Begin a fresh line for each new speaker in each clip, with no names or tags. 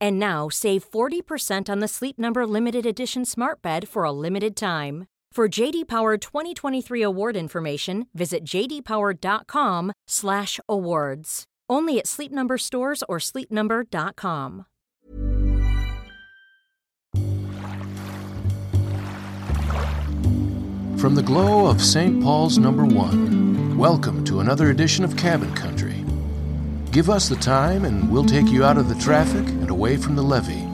And now save 40% on the Sleep Number limited edition Smart Bed for a limited time. For JD Power 2023 award information, visit jdpower.com/awards. Only at Sleep Number stores or sleepnumber.com.
From the glow of St. Paul's number one, welcome to another edition of Cabin Country. Give us the time and we'll take you out of the traffic and away from the levee.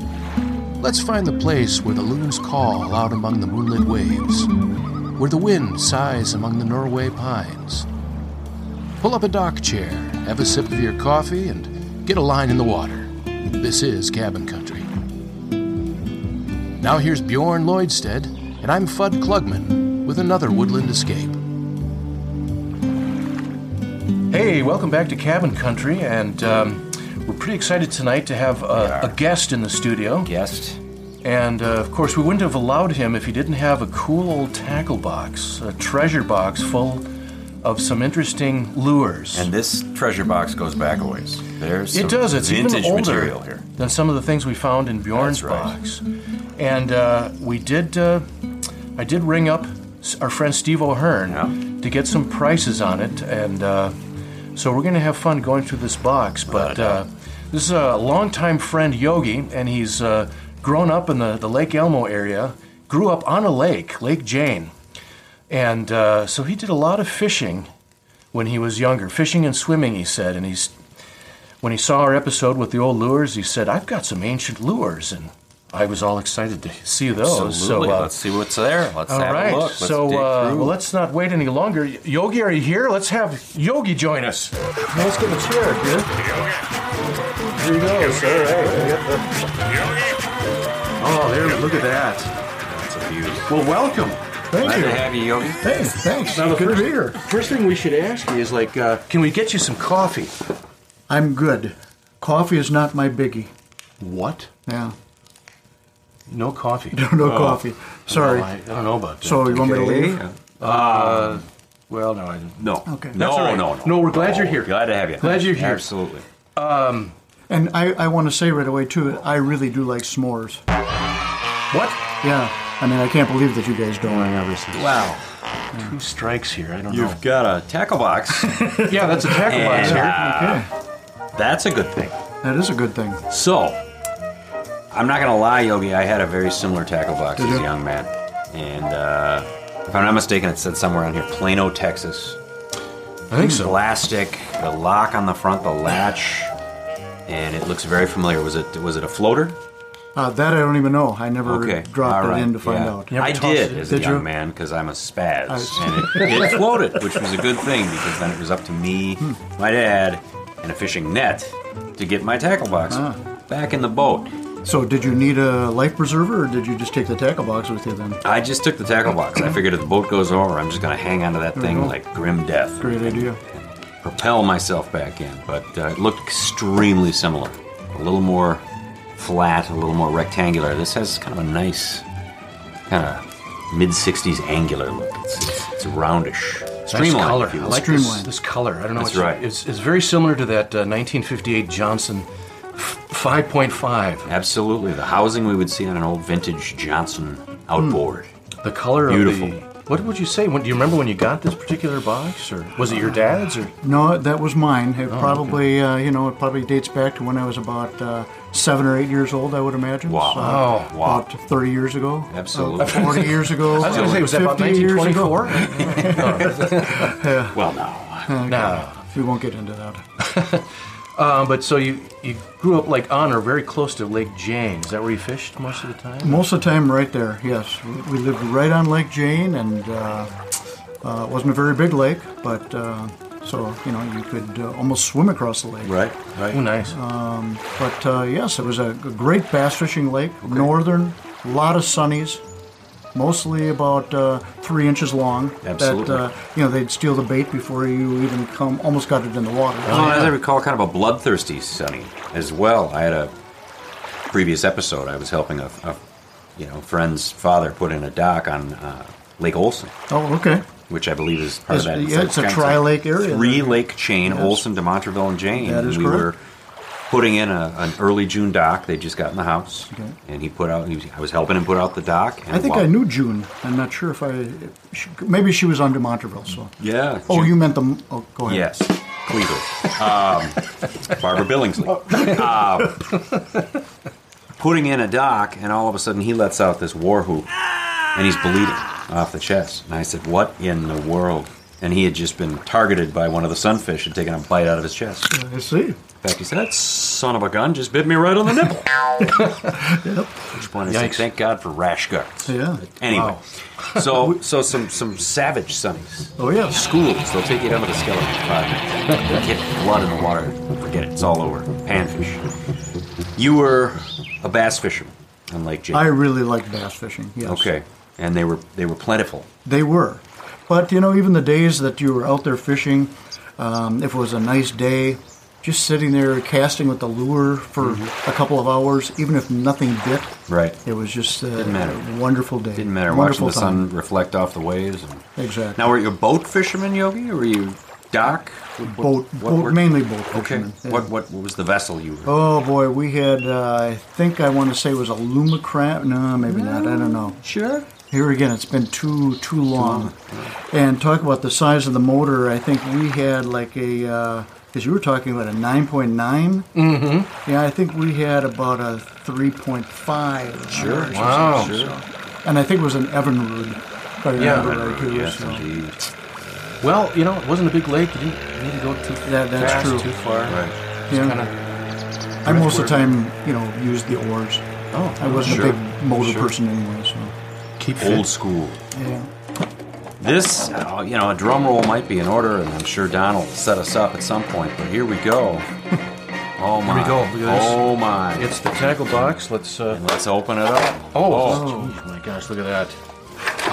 Let's find the place where the loons call out among the moonlit waves, where the wind sighs among the Norway pines. Pull up a dock chair, have a sip of your coffee, and get a line in the water. This is Cabin Country. Now here's Bjorn Lloydstead, and I'm Fudd Klugman with another woodland escape. Hey, welcome back to Cabin Country, and um, we're pretty excited tonight to have a, a guest in the studio.
guest.
And uh, of course, we wouldn't have allowed him if he didn't have a cool old tackle box, a treasure box full of some interesting lures.
And this treasure box goes back a ways. There's some
it does. It's
vintage
even older
material here.
than some of the things we found in Bjorn's
That's right.
box. And uh, we did. Uh, I did ring up s- our friend Steve O'Hearn
Yeah.
to get some prices on it, and uh, so we're going to have fun going through this box. But uh, this is a longtime friend Yogi, and he's uh, grown up in the, the Lake Elmo area. Grew up on a lake, Lake Jane, and uh, so he did a lot of fishing when he was younger. Fishing and swimming, he said, and he's when he saw our episode with the old lures, he said, "I've got some ancient lures," and I was all excited to see those.
Absolutely.
So, uh,
let's see what's there. Let's
all
have
right.
a look. Let's
so,
dig
uh,
through.
well, let's not wait any longer. Yogi, are you here? Let's have Yogi join us. Let's get a chair, dude. Here he goes. All right. We got the-
oh, there. Look at that. That's a beauty.
Well, welcome.
Glad
Thank
to
you.
have you, Yogi.
Hey, thanks. Good to be here. First thing we should ask you is like, uh, can we get you some coffee?
I'm good. Coffee is not my biggie.
What?
Yeah,
No coffee. Oh,
no,
Oh.
no coffee. Sorry.
I, I don't know about that. Uh,
so you want me to leave?
well, no, I didn't.
No.
Okay.
No,
That's all
right.
no, no.
No, we're glad you're here.
Glad to have you.
Glad you're here.
Absolutely.
And I, I want to say right away too, I really do like s'mores.
What?
Yeah, I mean I can't believe that you guys don't. obviously.
Wow. Two strikes here. I don't
You've got a tackle box.
know. Yeah, that's a tackle box.
And,
here.
Okay,
That's a good thing.
that is a good thing.
So, I'm not gonna lie, Yogi. I had a very similar tackle box
Did
as a
you?
young man, and uh, if I'm not mistaken, it said somewhere on here, Plano, Texas.
I think so.
Plastic, the lock on the front, the latch, and it looks very familiar. Was it was it a floater?
Uh, that I don't even know. I never
Okay,
dropped
all right,
it in to find
yeah.
out.
You never
I
tossed
did
it,
as
did
a
you?
young man because I'm a spaz,
I-
and it, it floated, which was a good thing because then it was up to me,
Hmm.
my dad, and a fishing net to get my tackle box
Ah.
back in the boat.
So did you need a life preserver, or did you just take the tackle box with you then?
I just took the tackle box. I figured if the boat goes over, I'm just gonna hang onto that
you
thing
go.
like grim death.
Great idea.
Propel myself back in, but uh, it looked extremely similar. A little more flat, a little more rectangular. This has kind of a nice, kind of mid '60s angular look. It's, it's, it's roundish,
Nice
streamlined.
color.
if you
I
will.
like this,
Streamlined.
this color. I don't know.
That's
it's,
right.
It's, it's very similar to that uh, 1958 Johnson f- 5.5.
Absolutely, the housing we would see on an old vintage Johnson outboard.
The color
Beautiful.
of the. What would you say? When, do you remember when you got this particular box, or was it your dad's? Or
No, that was mine.
Oh,
It probably, uh, you know, it probably dates back to when I was about uh, seven or eight years old. I would imagine.
Wow.
So,
Wow.
About thirty years ago.
Absolutely.
Uh, Forty years ago.
I was going to say, was that about
50 years ago.
1924? Hmm.
Well, no.
Okay.
No.
We won't get into that.
Um, but so you you grew up like on or very close to Lake Jane. Is that where you fished most of the
Mm.
time?
Most of the time, right there. Yes, we we lived right on Lake Jane, and uh, uh, it wasn't a very big lake, but uh, so you know you could uh, almost swim across the lake.
Right,
Oh,
right.
nice.
But uh, yes, it was a g- great bass fishing lake, northern, a lot of sunnies, mostly about uh, three inches long.
Absolutely.
That, uh, you know, they'd steal the bait before you even come, almost got it in the water.
Well, as I recall, kind of a bloodthirsty Sonny as well. I had a previous episode. I was helping a, a you know friend's father put in a dock on uh, Lake Olson,
Oh, okay.
which I believe is part
It's-
of that.
yeah, it's a
kind of
tri-lake area
Three
there.
lake chain:
Yes.
Olson, to Montreville, and Jane.
That is
and we
correct.
were putting in a, an early June dock. They just got in the house, and he put out. He was, I was helping him put out the dock. And
I think
while-
I knew June. I'm not sure if I. She, maybe she was on to Monterville. So.
Yeah.
Oh,
June-
you meant the. Oh, go ahead.
Yes, Cleaver. Um, Barbara Billingsley. Um, putting in a dock, and all of a sudden he lets out this war whoop, and he's bleeding off the chest. And I said, "What in the world?" And he had just been targeted by one of the sunfish and taken a bite out of his chest. In
I see.
fact, he said, "That son of a gun just bit me right on the nipple." At which point I said,
Yikes.
"Thank God for rash guards."
Yeah.
Anyway, so so some some savage sunnies
Oh, yes.
schools. They'll take you down to the skeleton project. They'll get blood in the water. Forget it. It's all over. Panfish. You were a bass fisherman on Lake Jane.
I really liked bass fishing. Yes.
okay. And they were they were plentiful.
They were. But, you know, even the days that you were out there fishing, um, if it was a nice day, just sitting there casting with the lure for
Mm-hmm.
a couple of hours, even if nothing bit,
Right.
it was just uh,
matter.
a wonderful day.
Didn't matter
wonderful
watching the
time.
sun reflect off the waves. And...
Exactly.
Now were you a boat fisherman, Yogi, or were you dock? What- what-
boat,
what
boat
were-
mainly boat
Okay.
fishermen. yeah.
What, what what was the vessel you were?
Oh boy, we had, uh, I think I want to say it was a Lumacram. No, maybe not. I don't know.
Sure.
Here again, it's been too too long. And talk about the size of the motor. I think we had like a because you were talking about a 9.9. Mm-hmm. Yeah, I think we had about a 3.5.
Sure.
Uh,
Wow.
Sure. sure.
And I think it was an Evinrude. If I
Yeah,
remember right, too,
Yes,
so.
indeed.
Well, you know, it wasn't a big lake. You didn't, you didn't go too
That- that's
fast,
true.
too far.
Right.
Yeah.
Kinda,
I most of the time, you know, used the oars.
oh,
I wasn't
Sure.
a big motor person anyway, so
keep fit.
Old school.
yeah.
This, uh, you know, a drum roll might be in order, and I'm sure Don will set us up at some point. But here we go. Oh my!
we go. Look at this.
Oh my!
It's the tackle box. Let's. Uh,
And let's open it up.
oh,
Oh.
geez, my gosh, look at that.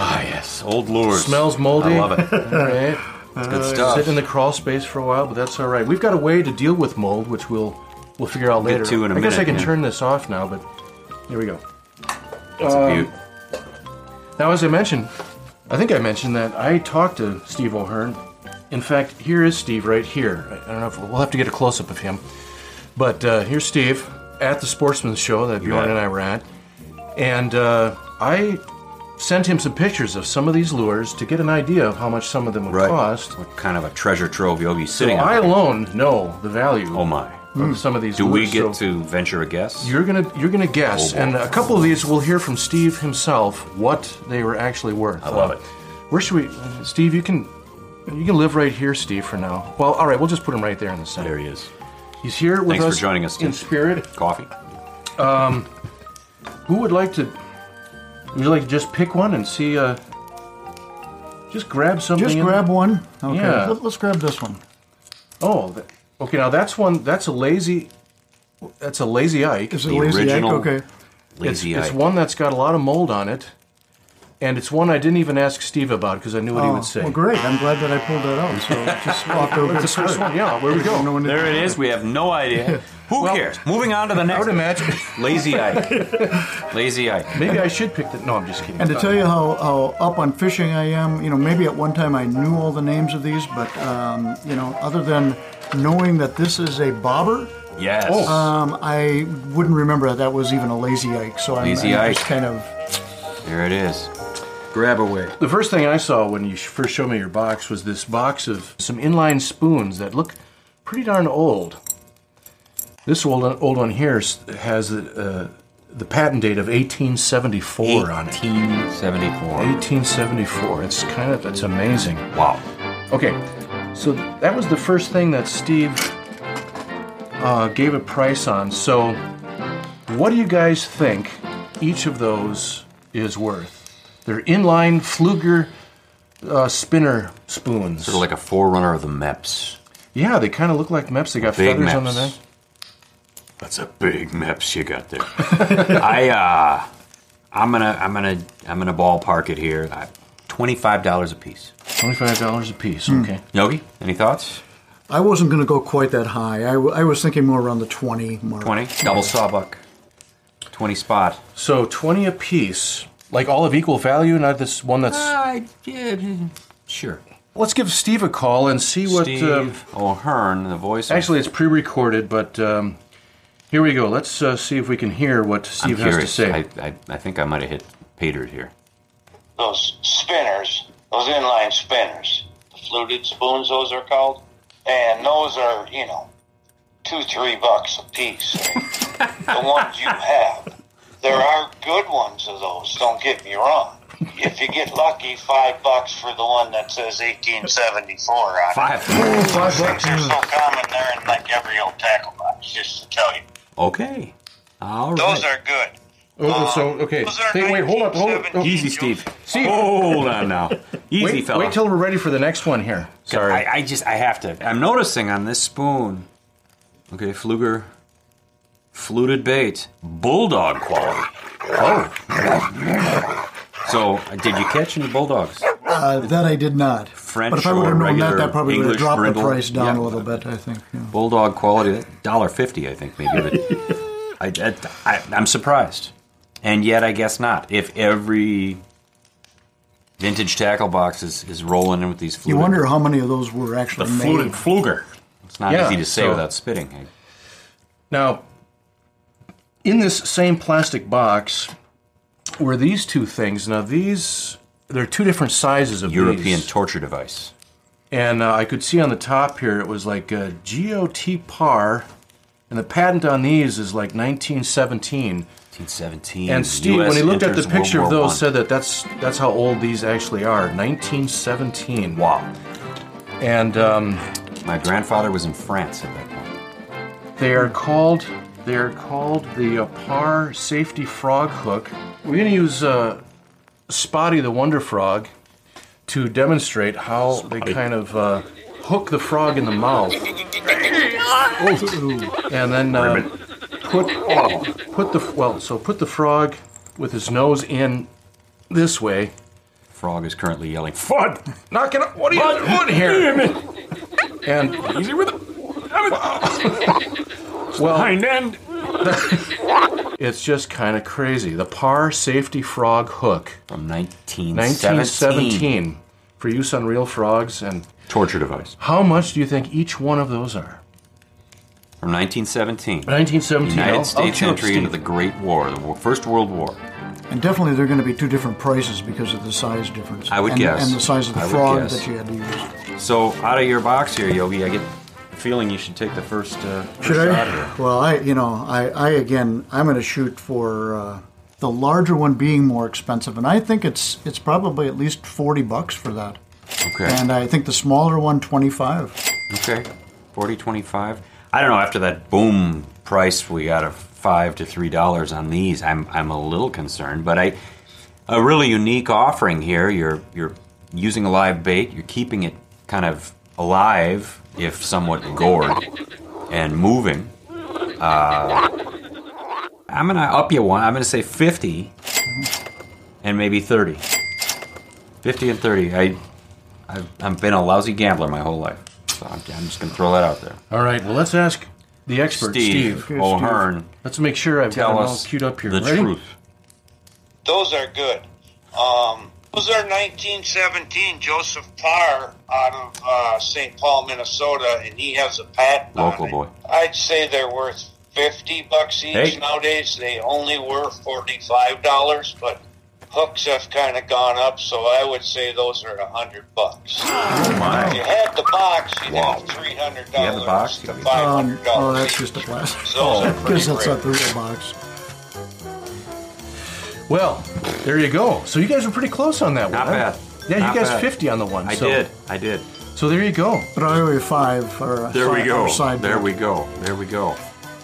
Ah, yes, old lures.
Smells moldy.
I love it.
All right.
Good stuff.
Sit in the crawl space for a while, but that's all right. We've got a way to deal with mold, which we'll we'll figure out
Get
later.
to in a
I guess I
minute,
can
yeah.
turn this off now, but here we go.
It's a beaut.
Now, as I mentioned, I think I mentioned that I talked to Steve O'Hearn. In fact, here is Steve right here. I I don't know if we'll have to get a close up of him, but uh, here's Steve at the Sportsman's Show that Bjorn
bet.
and I were at, and uh, I sent him some pictures of some of these lures to get an idea of how much some of them would
Right.
cost.
What kind of a treasure trove Yogi's
So
sitting
I
on?
alone know the value
Oh my!
of some of these.
Do we
lures,
get
so
to venture a guess?
You're gonna you're gonna guess,
Oh, boy.
and a couple of these we'll hear from Steve himself what they were actually worth. Uh,
I love it.
Where should we, Steve? You can, you can live right here, Steve, for now. Well, all right, we'll just put him right there in the center.
There he is.
He's here with
Thanks
us.
for joining us,
in
Steve.
spirit.
Coffee.
Who would like to? Would you like to just pick one and see? Uh, just grab something.
Just
in-
grab one. Okay,
Yeah.
let, us grab this one.
Oh, th- okay. Now that's one. That's a lazy. That's a lazy Ike.
Is it
The
lazy Ike?
original-
Okay.
It's,
Lazy
it's
Ike.
one that's got a lot of mold on it, and it's one I didn't even ask Steve about because I knew what he would say.
Oh, Well, great. I'm glad that I pulled that out. So just off to a good
That's the first
start.
one, yeah. Where we go?
No one-
There it is. We have no idea. Who cares? Moving on to the
I
next.
would imagine.
Lazy Ike. Lazy Ike.
Maybe I should pick that. No, I'm just kidding.
And to tell you how, how up on fishing I am, you know, maybe at one time I knew all the names of these, but, um, you know, other than knowing that this is a bobber,
Yes.
Oh.
um, I wouldn't remember that that was even a lazy Ike. So I'm,
Lazy
I'm
Ike.
just kind of,
There it is. Grab away.
The first thing I saw when you sh- first showed me your box was this box of some inline spoons that look pretty darn old. This old old one here s- has uh, the patent date of 1874 on it.
1874.
1874. It's kind of it's amazing.
Wow.
Okay, so that was the first thing that Steve uh, gave a price on. So, what do you guys think each of those is worth? They're inline Fluger uh, spinner spoons.
Sort of like a forerunner of the MEPS.
yeah, they kind of look like MEPS. They got
Big
feathers on the
MEPS.
neck.
That's a big MEPS you got there. I uh I'm gonna I'm gonna I'm gonna ballpark it here. I, Twenty-five dollars a piece.
Twenty-five dollars a piece. Okay.
Yogi, any thoughts?
I wasn't going to go quite that high. I, w- I was thinking more around the 20 mark.
Twenty double sawbuck. Twenty spot.
So twenty a piece, like all of equal value, not this one that's.
I did. Sure.
Let's give Steve a call and see what. um,
Steve O'Hearn, the voice. of-
Actually, it's pre-recorded, but um, here we go. Let's uh, see if we can hear what
I'm
Steve has to
curious.
say.
I, I I think I might have hit pay dirt here.
those spinners, those inline spinners, the fluted spoons, those are called, and those are you know two three bucks a piece. the ones you have, there are good ones of those. Don't get me wrong. If you get lucky, five bucks for the one that says 1874 on it.
Five.
Uh,
Five
Six
bucks.
are so common there in like every old tackle box, just to tell you.
Okay. All right.
Those are good.
Oh, so okay.
Those are
Hey, wait, hold up, hold up. Oh,
1970s.
easy, Steve.
Steve.
Hold on now. Easy,
wait,
fella.
wait till we're ready for the next one here. Sorry.
I, I just I have to. I'm noticing on this spoon. Okay, Fluger, fluted bait, bulldog quality. Oh. So, did you catch any bulldogs?
Uh, that I did not.
French
but if I
or
would have known that,
regular
that probably would have
English
dropped
brindle?
the price down
Yeah.
a little bit, I think. yeah.
Bulldog quality, dollar fifty, I think maybe. But I, that- I, I'm surprised, and yet I guess not. If every vintage tackle box is, is rolling in with these,
You
fluted-
wonder how many of those were actually made.
Fluger. It's not
Yeah,
easy to say
so-
without spitting. I-
Now, in this same plastic box were these two things. Now these, they're two different sizes of
European
these.
torture device.
And uh, I could see on the top here it was like uh, GOT par, and the patent on these is like 1917.
1917.
And Steve,
US
when he looked at the
enters
picture of
World War
those,
I.
said that that's that's how old these actually are, 1917.
"Wow,
And um,
my grandfather was in France at that point."
they are called they are called the uh, Par Safety Frog Hook. We're gonna use uh, Spotty the Wonder Frog to demonstrate how they kind of uh, hook the frog in the mouth,
Oh.
and then uh, put put the well, so put the frog with his nose in this way.
Frog is currently yelling, "F-
Bud, knock it up. What are you doing here? And easy with it. well,
end.
it's just kind of crazy. The Par Safety Frog Hook,
from 1917
1917, for use on real frogs. And
torture device
how much do you think each one of those are?
from 1917."
1917.
United
I'll- I'll
States
chew up
entry
Steve.
into the Great War, the war, First World War.
And definitely they're going to be two different prices because of the size difference.
I would
and,
guess.
And the size of the
I would
frog
guess.
that you had to use.
So out of your box here, Yogi, I get the feeling you should take the first. Uh,
Should
first shot
I?
here.
Well, I, you know, I, I again, I'm going to shoot for uh, the larger one being more expensive. And I think it's it's probably at least 40 bucks for that.
Okay.
And I think the smaller one, 25.
Okay. 40 25. I don't know after that boom price we got of 5 to 3 dollars on these. I'm I'm a little concerned, but I a really unique offering here. You're you're using a live bait. You're keeping it kind of alive if somewhat gored and moving. Uh, I'm going to up you one. I'm going to say 50 and maybe 30. 50 and 30. I I've, I've been a lousy gambler my whole life. So I'm, I'm just going to throw that out there.
All right. Well, let's ask the expert, Steve.
Steve, O'Hearn,
Let's make sure I've
tell
got it all
us
queued up here.
the
Ready?
truth.
Those are good. Um, those are 1917 Joseph Parr out of uh, St. Paul, Minnesota, and he has a patent. on
Local
it.
boy.
I'd say they're worth 50 bucks each
Hey.
nowadays. They only were 45 dollars, but hooks have kind of gone up, so I would say those are a hundred bucks. If you
Oh, My.
had the box, you'd
Wow.
have three hundred
You have the box?
dollars to five
Um,
hundred
oh,
dollars.
that's just a plastic.
Those are
Because
pretty
that's
rare.
not the real box.
Well, there you go. So you guys were pretty close on that
Not
one. huh?
bad.
Yeah,
Not
you guys
bad.
50 on the one.
I
so,
did. I did.
So there you go.
But Highway 5 or a
There we
side, or
go.
a side
There
bit.
we go. There we go.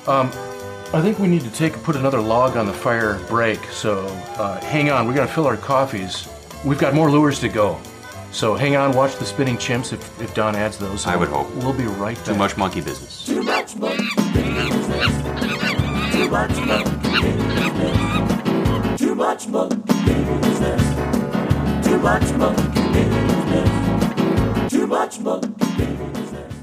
I think we need to take put another log on the fire break. So uh, hang on, we're gonna fill our coffees. We've got more lures to go. So hang on, watch the spinning chimps if, if Don adds those.
I would hope.
We'll be right back.
Too much monkey business.
Too much monkey business. Too much monkey business. Too much monkey business.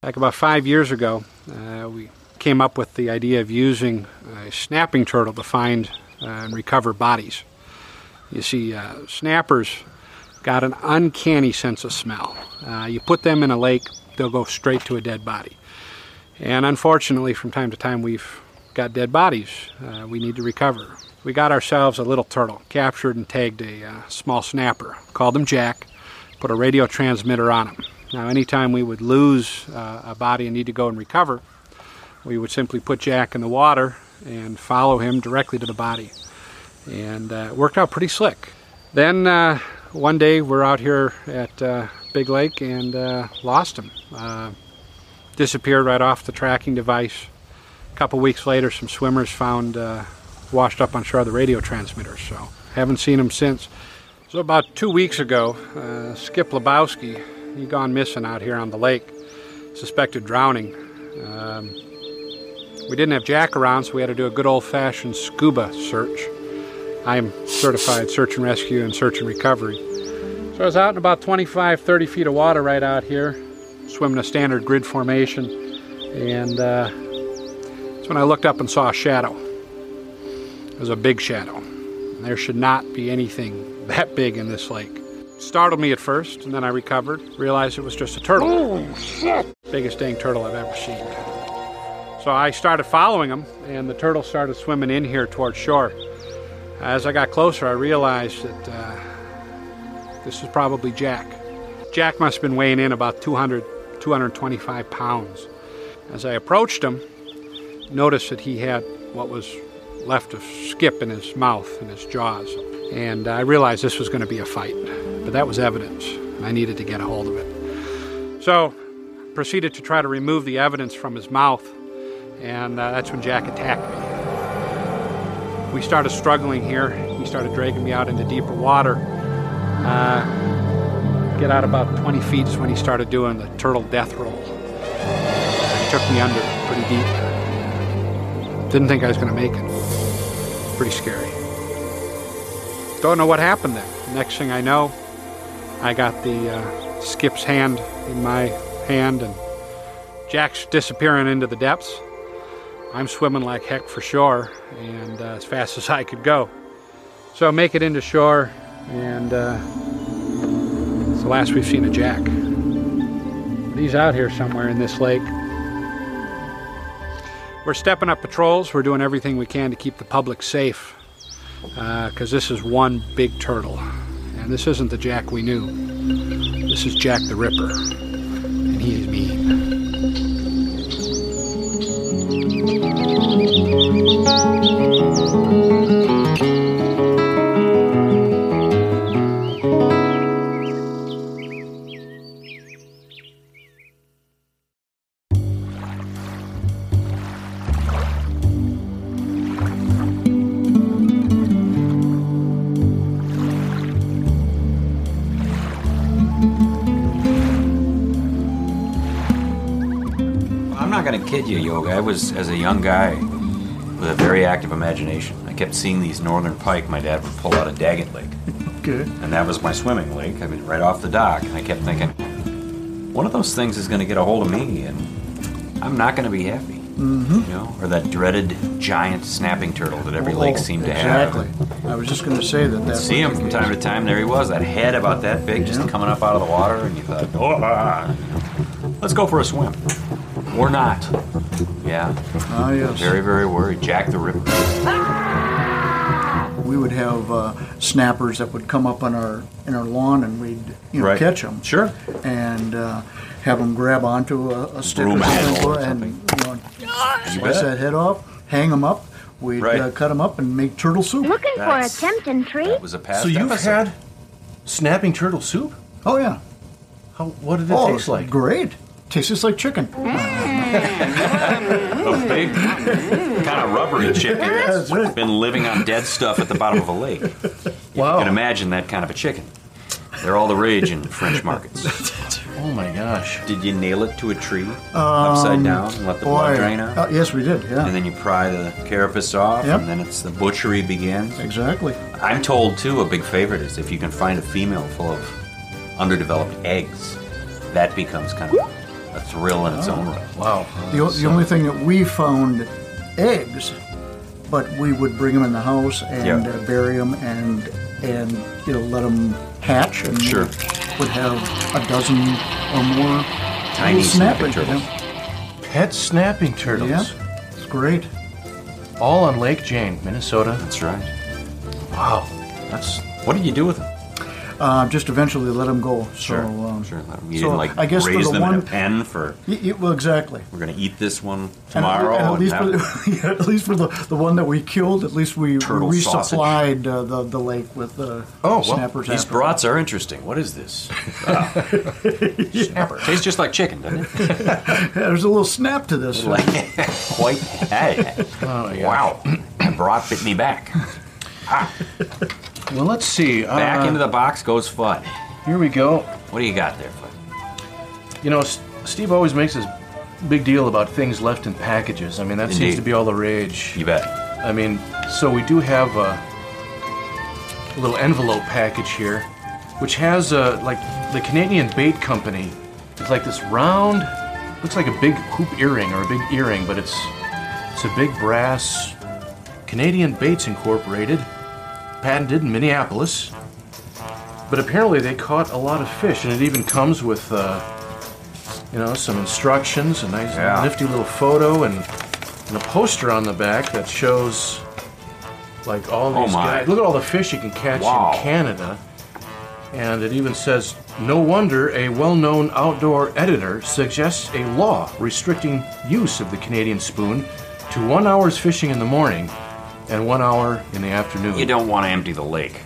Back about five years ago, uh, we came up with the idea of using a snapping turtle to find uh, and recover bodies. You see, uh, snappers got an uncanny sense of smell. Uh, you put them in a lake, they'll go straight to a dead body. And unfortunately, from time to time, we've got dead bodies uh, we need to recover. We got ourselves a little turtle, captured and tagged a uh, small snapper, called him Jack, put a radio transmitter on him. Now, anytime we would lose uh, a body and need to go and recover, we would simply put Jack in the water and follow him directly to the body. And uh, it worked out pretty slick. Then uh, one day we're out here at uh, Big Lake and uh, lost him. Uh, disappeared right off the tracking device. A couple weeks later, some swimmers found uh, washed up on shore the radio transmitter. So haven't seen him since. So about two weeks ago, uh, Skip Lebowski, he gone missing out here on the lake, suspected drowning. Um, we didn't have Jack around, so we had to do a good old-fashioned scuba search. I'm certified search and rescue and search and recovery. So I was out in about 25, 30 feet of water right out here, swimming a standard grid formation, and uh, that's when I looked up and saw a shadow. It was a big shadow. And There should not be anything that big in this lake. Startled me at first, and then I recovered, realized it was just a turtle. Biggest dang turtle I've ever seen. So I started following him, and the turtle started swimming in here towards shore. As I got closer, I realized that uh, this was probably Jack. Jack must have been weighing in about 200, 225 pounds. As I approached him, noticed that he had what was left of skip in his mouth and his jaws. And I realized this was going to be a fight, but that was evidence. and I needed to get a hold of it. So proceeded to try to remove the evidence from his mouth, and uh, that's when Jack attacked me. We started struggling here. He started dragging me out into deeper water. Uh, get out about 20 feet is when he started doing the turtle death roll. He took me under pretty deep. Didn't think I was going to make it. Pretty scary. Don't know what happened then. Next thing I know, I got the uh, skip's hand in my hand and Jack's disappearing into the depths. I'm swimming like heck for shore and uh, as fast as I could go. So I make it into shore, and uh, it's the last we've seen of Jack. But he's out here somewhere in this lake. We're stepping up patrols, we're doing everything we can to keep the public safe because this is one big turtle. And this isn't the Jack we knew, this is Jack the Ripper, and he is mean.
I'm not gonna kid you, Yoga. I was as a young guy with a very active imagination. I kept seeing these northern pike my dad would pull out of Daggett Lake,
Good.
and that was my swimming lake. I mean, right off the dock, and I kept thinking, one of those things is gonna get a hold of me, and I'm not gonna be happy. Mm-hmm. You know, or that dreaded giant snapping turtle that every lake
Oh,
seemed to have.
exactly. I was just going to say that. that
See him from time to time. There he was, that head about that big, just
Yeah.
coming up out of the water, and you thought, oh, ah," you know. let's go for a swim, or not. Yeah,
Oh, yes.
very, very worried. Jack the Ripper.
we would have uh, snappers that would come up on our in our lawn and we'd you know
Right.
catch them.
Sure.
And uh, have them grab onto a, a stick
Broom
or something,
handle or
and you know,
You
slice
bet.
that head off, hang them up. We'd
Right.
uh, cut them up and make turtle soup.
Looking
That's-
for a tempting tree?
That was a past
So you've
episode.
had snapping turtle soup?
Oh yeah.
How, what did it
oh,
taste like?
great. Tastes just like chicken.
a big kind of rubbery chicken that's
right.
been living on dead stuff at the bottom of a lake. You can
Wow.
imagine that kind of a chicken. They're all the rage in French markets.
Oh my gosh.
Did you nail it to a tree upside down and let the blood
Um, Boy.
drain out?
Uh, yes, we did. Yeah.
And then you pry the carapace off,
Yep.
and then it's the butchery begins.
exactly.
I'm told too a big favorite is if you can find a female full of underdeveloped eggs, that becomes kind of a thrill in its
Oh.
own right.
Wow.
The, o- the only thing that we found eggs, but we would bring them in the house and
Yeah.
uh, bury them and and you know let them hatch and
Sure.
would have a dozen or more
Tiny
little
snapping
snappers, you
turtles.
know.
Pet snapping turtles.
Yeah, it's great.
All on Lake Jane, Minnesota.
That's right.
Wow.
That's what did you do with them?
Uh, just eventually let them go. So
Sure,
um,
sure. let 'em- You
so
didn't like
I guess for
raise
the
them in
one-
a pen for
y- y- well, exactly.
we're gonna eat this one
And-
tomorrow.
and at least,
that one."
for the, yeah, at least for the, the one that we killed, at least we, we
Turtle sausage.
resupplied uh, the the lake with uh,
Oh, well,
snappers.
These
afterwards.
brats are interesting. What is this? Ah. Snapper. Tastes just like chicken, doesn't it?
Yeah, there's a little snap to this.
Like quite. Hey.
Oh,
wow. The brat bit me back.
Uh-huh.
Well, let's see. Uh,
Back into the box goes Fudd.
Here we go.
What do you got there, Fudd?
You know, S- Steve always makes this big deal about things left in packages. I mean, that seems
Indeed.
to be all the rage.
You bet.
I mean, so we do have a little envelope package here, which has uh like the Canadian Bait Company. It's like this round, looks like a big hoop earring or a big earring, but it's it's a big brass Canadian Baits Incorporated, patented in Minneapolis. But apparently they caught a lot of fish, and it even comes with. Uh, you know, some instructions, a nice
Yeah.
nifty little photo, and and a poster on the back that shows like all
Oh
these
my.
guys. Look at all the fish you can catch
Wow.
in Canada. And it even says, no wonder a well known outdoor editor suggests a law restricting use of the Canadian spoon to one hour's fishing in the morning and one hour in the afternoon.
You don't want to empty the lake.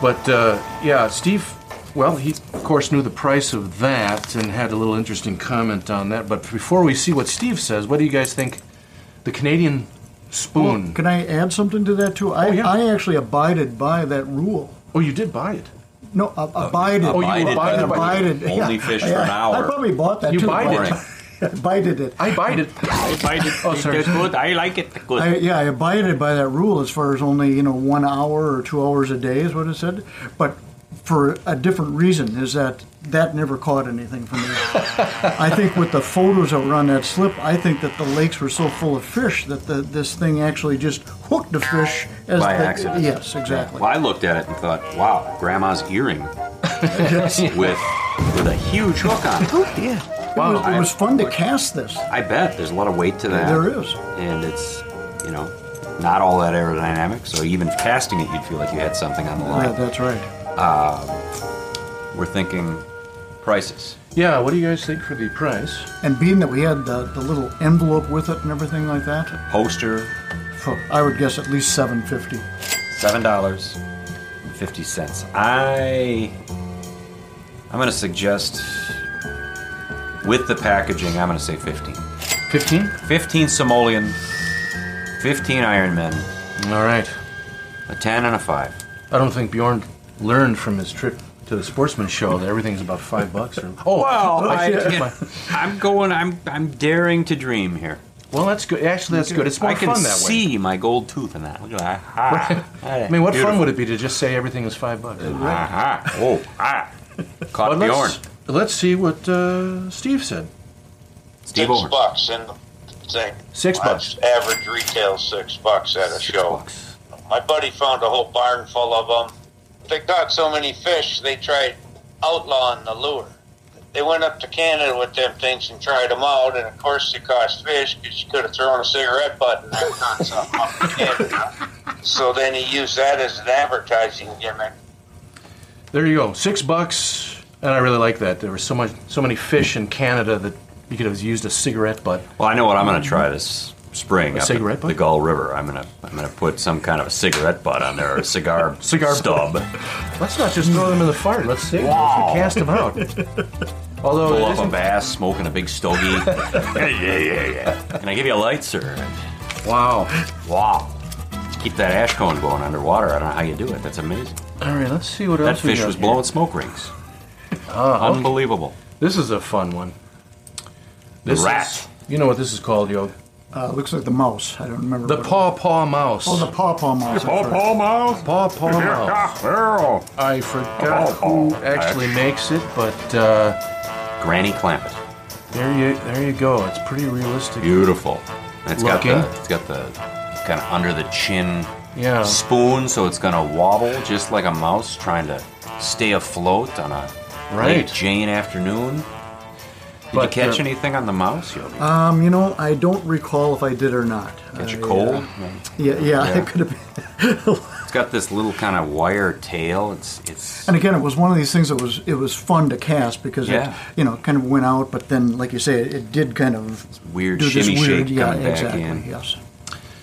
But uh, yeah, Steve, well, he of course knew the price of that and had a little interesting comment on that. But before we see what Steve says, what do you guys think? The
Well,
Canadian spoon.
can I add something to that too? I,
Oh, yeah.
I actually abided by that rule.
oh, you did buy it.
No, ab- abided.
Oh, you abided by
I
the rule.
abided.
Only fish for an
I
hour.
probably bought that
You
too.
bided
but- I abided it.
I bought it.
Oh, sorry. Good. I like it. Good.
I, yeah, I abided by that rule as far as only you know one hour or two hours a day is what it said, but for a different reason is that that never caught anything for me. I think with the photos that were on that slip, I think that the lakes were so full of fish that the, this thing actually just hooked a fish as
By
the-
accident.
Yes, exactly.
Well, I looked at it and thought, wow, grandma's earring with with a huge hook on it.
It was,
I-
it was fun to cast this.
I bet there's a lot of weight to that.
There is.
And it's, you know, not all that aerodynamic, so even casting it, you'd feel like you had something on the
Yeah,
line.
that's right.
We're thinking prices.
Yeah, what do you guys think for the price?
And being that we had the, the little envelope with it and everything like that,
Poster,
phew, I would guess at least seven fifty.
$7.50. I. I'm going to suggest, with the packaging, I'm going to say 15.
Fifteen.
15 Somolian, 15 Ironmen,
All right.
a 10 and a 5.
I don't think Bjorn learned from his trip to the sportsman show that everything's about five bucks. Or, oh,
Well, I,
shit.
I'm going. I'm I'm daring to dream here.
well, that's good. Actually, that's good. It's more
I can
fun that way.
see my gold tooth in that. Look at that. Ah, Ha.
I mean, what fun would it be to just say everything is five bucks?
Aha. Oh, ah. Caught
But
Bjorn.
let's, let's see what uh, Steve said.
Steve
six
over.
bucks in the thing.
Six
That's Average retail six bucks at a
Six
show.
bucks.
My buddy found a whole barn full of them. They caught so many fish, they tried outlawing the lure. They went up to Canada with them things and tried them out, and of course they cost fish because you could have thrown a cigarette butt in there and caught something up in Canada. So then he used that as an advertising gimmick.
There you go. Six bucks, and I really like that. There were so much, so many fish in Canada that you could have used a cigarette butt.
Well, I know what I'm going to try this spring.
A
up
cigarette
at
butt?
The Gull River. I'm going to I'm going to put some kind of a cigarette butt on there or a cigar
Cigar
stub.
Let's not just throw them in the fire. Let's save
Wow.
them. Let's cast them out. Although
Pull
Oh, it
up a
isn't,
bass, smoking a big stogie. yeah, yeah, yeah, yeah. Can I give you a light, sir?
wow.
Wow. Keep that ash cone going underwater. I don't know how you do it. That's amazing.
All right, let's see what
That
else we
fish
got
was
here. Uh-huh.
blowing smoke rings. Unbelievable.
This is a fun one.
The
This
rat.
is- you know what this is called, yo?
Uh, looks like the mouse. I don't remember.
The
what it-
paw paw mouse.
Oh, the paw paw mouse. that's right.
mouth.
paw paw mouse. I forgot
Oh,
who actually makes it, but uh,
Granny Clampett.
there you there you go. It's pretty realistic.
Beautiful. And it's
Looking.
got the it's got the kind of under the chin
Uh-huh.
Yeah.
spoon, so it's gonna wobble just like a mouse trying to stay afloat on a
Right.
late Jane afternoon. Did
But,
you catch
uh,
anything on the mouse, Yogi?
Um, you know, I don't recall if I did or not.
catch a
I,
cold?
uh, yeah, yeah,
Yeah.
it could have been.
It's got this little kind of wire tail. It's it's
And again, it was one of these things that was it was fun to cast because
Yeah.
it you know kind of went out, but then like you say, it, did kind of
weird
do this
shimmy
weird,
shape
yeah,
coming back
exactly,
in.
yes.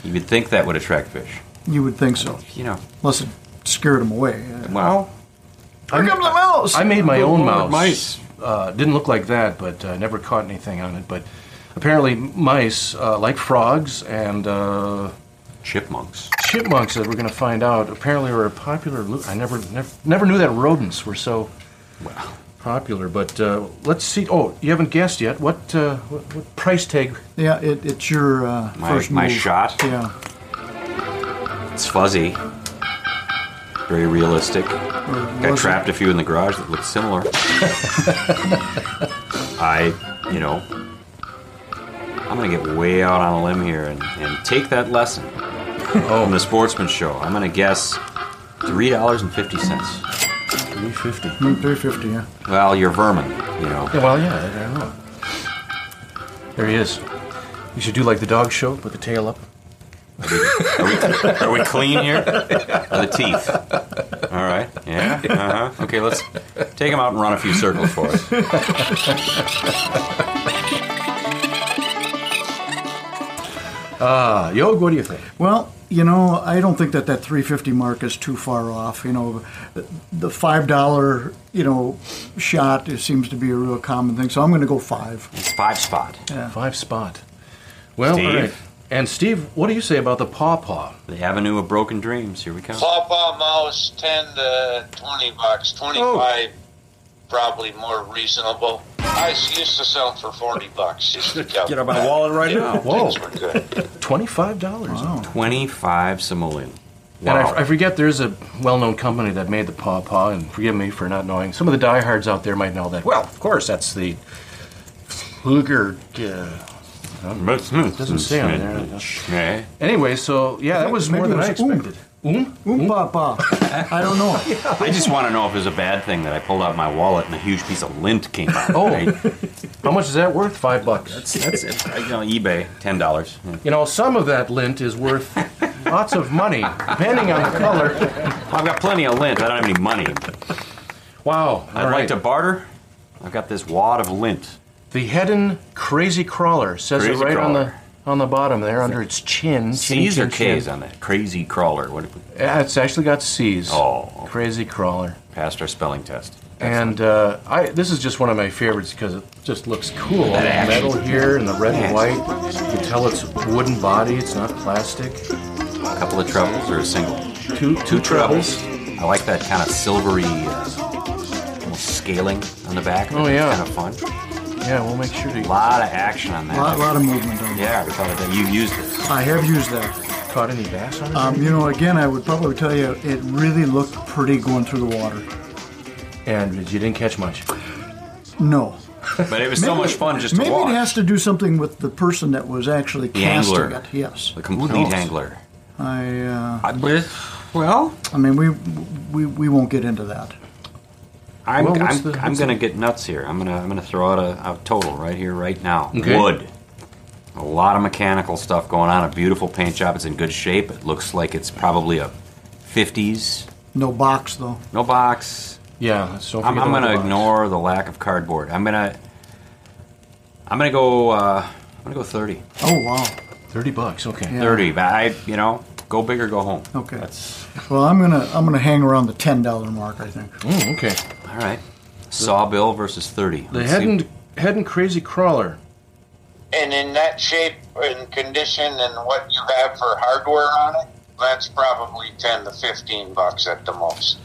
You would think that would attract fish.
You would think so,
You know.
unless it scared them away. Uh,
Well,
Here comes the mouse!
I made my
Oh,
own
Lord,
mouse.
mice.
Uh, didn't look like that, but uh, never caught anything on it. But apparently, mice uh, like frogs and uh,
chipmunks.
chipmunks that we're going to find out apparently are a popular. Lo- I never, never never knew that rodents were so
Wow.
popular. But uh, let's see. Oh, you haven't guessed yet. What uh, what, what price tag?
yeah, it, it's your uh,
My-
first
my
move.
shot?
Yeah,
It's fuzzy. Very realistic. Got
was it?
trapped a few in the garage that looked similar. I, you know, I'm gonna get way out on a limb here and, and take that lesson from the sportsman show. I'm gonna guess three dollars and fifty cents.
Three fifty.
Mm, three fifty. Yeah,
Well, you're vermin, you know.
Yeah, well, yeah, I don't know. There he is. You should do like the dog show with the tail up.
Are we clean here? Are the teeth? All right. Yeah. Uh huh. Okay. Let's take them out and run a few circles for us.
Uh, Yog, what do you think?
Well, you know, I don't think that that 350 mark is too far off. You know, the five dollar you know shot it seems to be a real common thing. So I'm going to go five.
It's five spot.
Five spot. Well,
Steve?
all right. And Steve, what do you say about the paw paw?
The Avenue of Broken Dreams. Here we come.
Pawpaw mouse, 10 to 20 bucks. 25
Oh.
probably more reasonable. I used to sell 'em for 40 bucks. Just to
Get out my wallet right now.
Whoa.
Things were good.
Twenty-five dollars.
Wow.
25 simoleon.
And I,
Wow.
f- I forget there's a well-known company that made the paw paw, and forgive me for not knowing. Some of the diehards out there might know that. Well, of course, that's the Fluger. Uh,
Doesn't
say on there.
Yeah.
anyway, so yeah, that was
Maybe
more
it
than
was
I expected. Oom?
Oom pa pa.
Hmm?
I don't know.
I just want to know if it was a bad thing that I pulled out my wallet and a huge piece of lint came out.
Oh.
right?
How much is that worth? Five bucks.
that's it. You know, eBay, ten dollars.
You know, some of that lint is worth lots of money, depending on the color.
I've got plenty of lint. I don't have any money.
Wow.
I'd like to barter. I've got this wad of lint.
The Hedden Crazy Crawler says
Crazy
it right on the
Crawler.
on the bottom there, under its chin. chinny
C's or
chin,
K's on that crazy crawler. What if we,
chin. Yeah, it's actually got C's.
oh,
Crazy Crawler.
passed our spelling test.
And uh, I, this is just one of my favorites because it just looks cool. All the metal here and the red and white. You can tell it's wooden body. It's not plastic.
A couple of trebles or a single.
Two two trebles.
I like that kind of silvery, uh, almost scaling on the back.
Oh, yeah.
kind of fun.
Yeah, we'll make sure
A
to
lot of action on that.
A lot, lot of movement on that.
yeah, we thought that you used this.
I have used that.
caught any bass on it.
Um, you know, again, I would probably tell you it really looked pretty going through the water.
and you didn't catch much.
No.
But it was so much fun just to
maybe
watch.
it has to do something with the person that was actually
The
casting
angler.
it. Yes.
the
Who
complete
knows?
angler.
I. Uh,
I, well,
I mean, we we we won't get into that.
I'm,
Well, what's
I'm,
the-
I'm
what's
gonna get nuts here. I'm gonna I'm gonna throw out a, a total right here, right now.
Okay.
Wood. a lot of mechanical stuff going on. A beautiful paint job. It's in good shape. It looks like it's probably a 50s.
No box though.
No box.
Yeah, so
I'm, I'm going to ignore the lack of cardboard. I'm going to. I'm going to go. Uh, I'm going to go 30.
Oh wow.
thirty bucks. Okay,
Yeah.
30. But I, you know, go big or go home.
Okay.
That's
Well, I'm gonna I'm gonna hang around the ten dollar mark. I think.
Mm, okay.
all right. Sawbill versus 30.
The
Let's
head
see-
and, head and crazy crawler.
And in that shape and condition and what you have for hardware on it, that's probably 10 to 15 bucks at the most.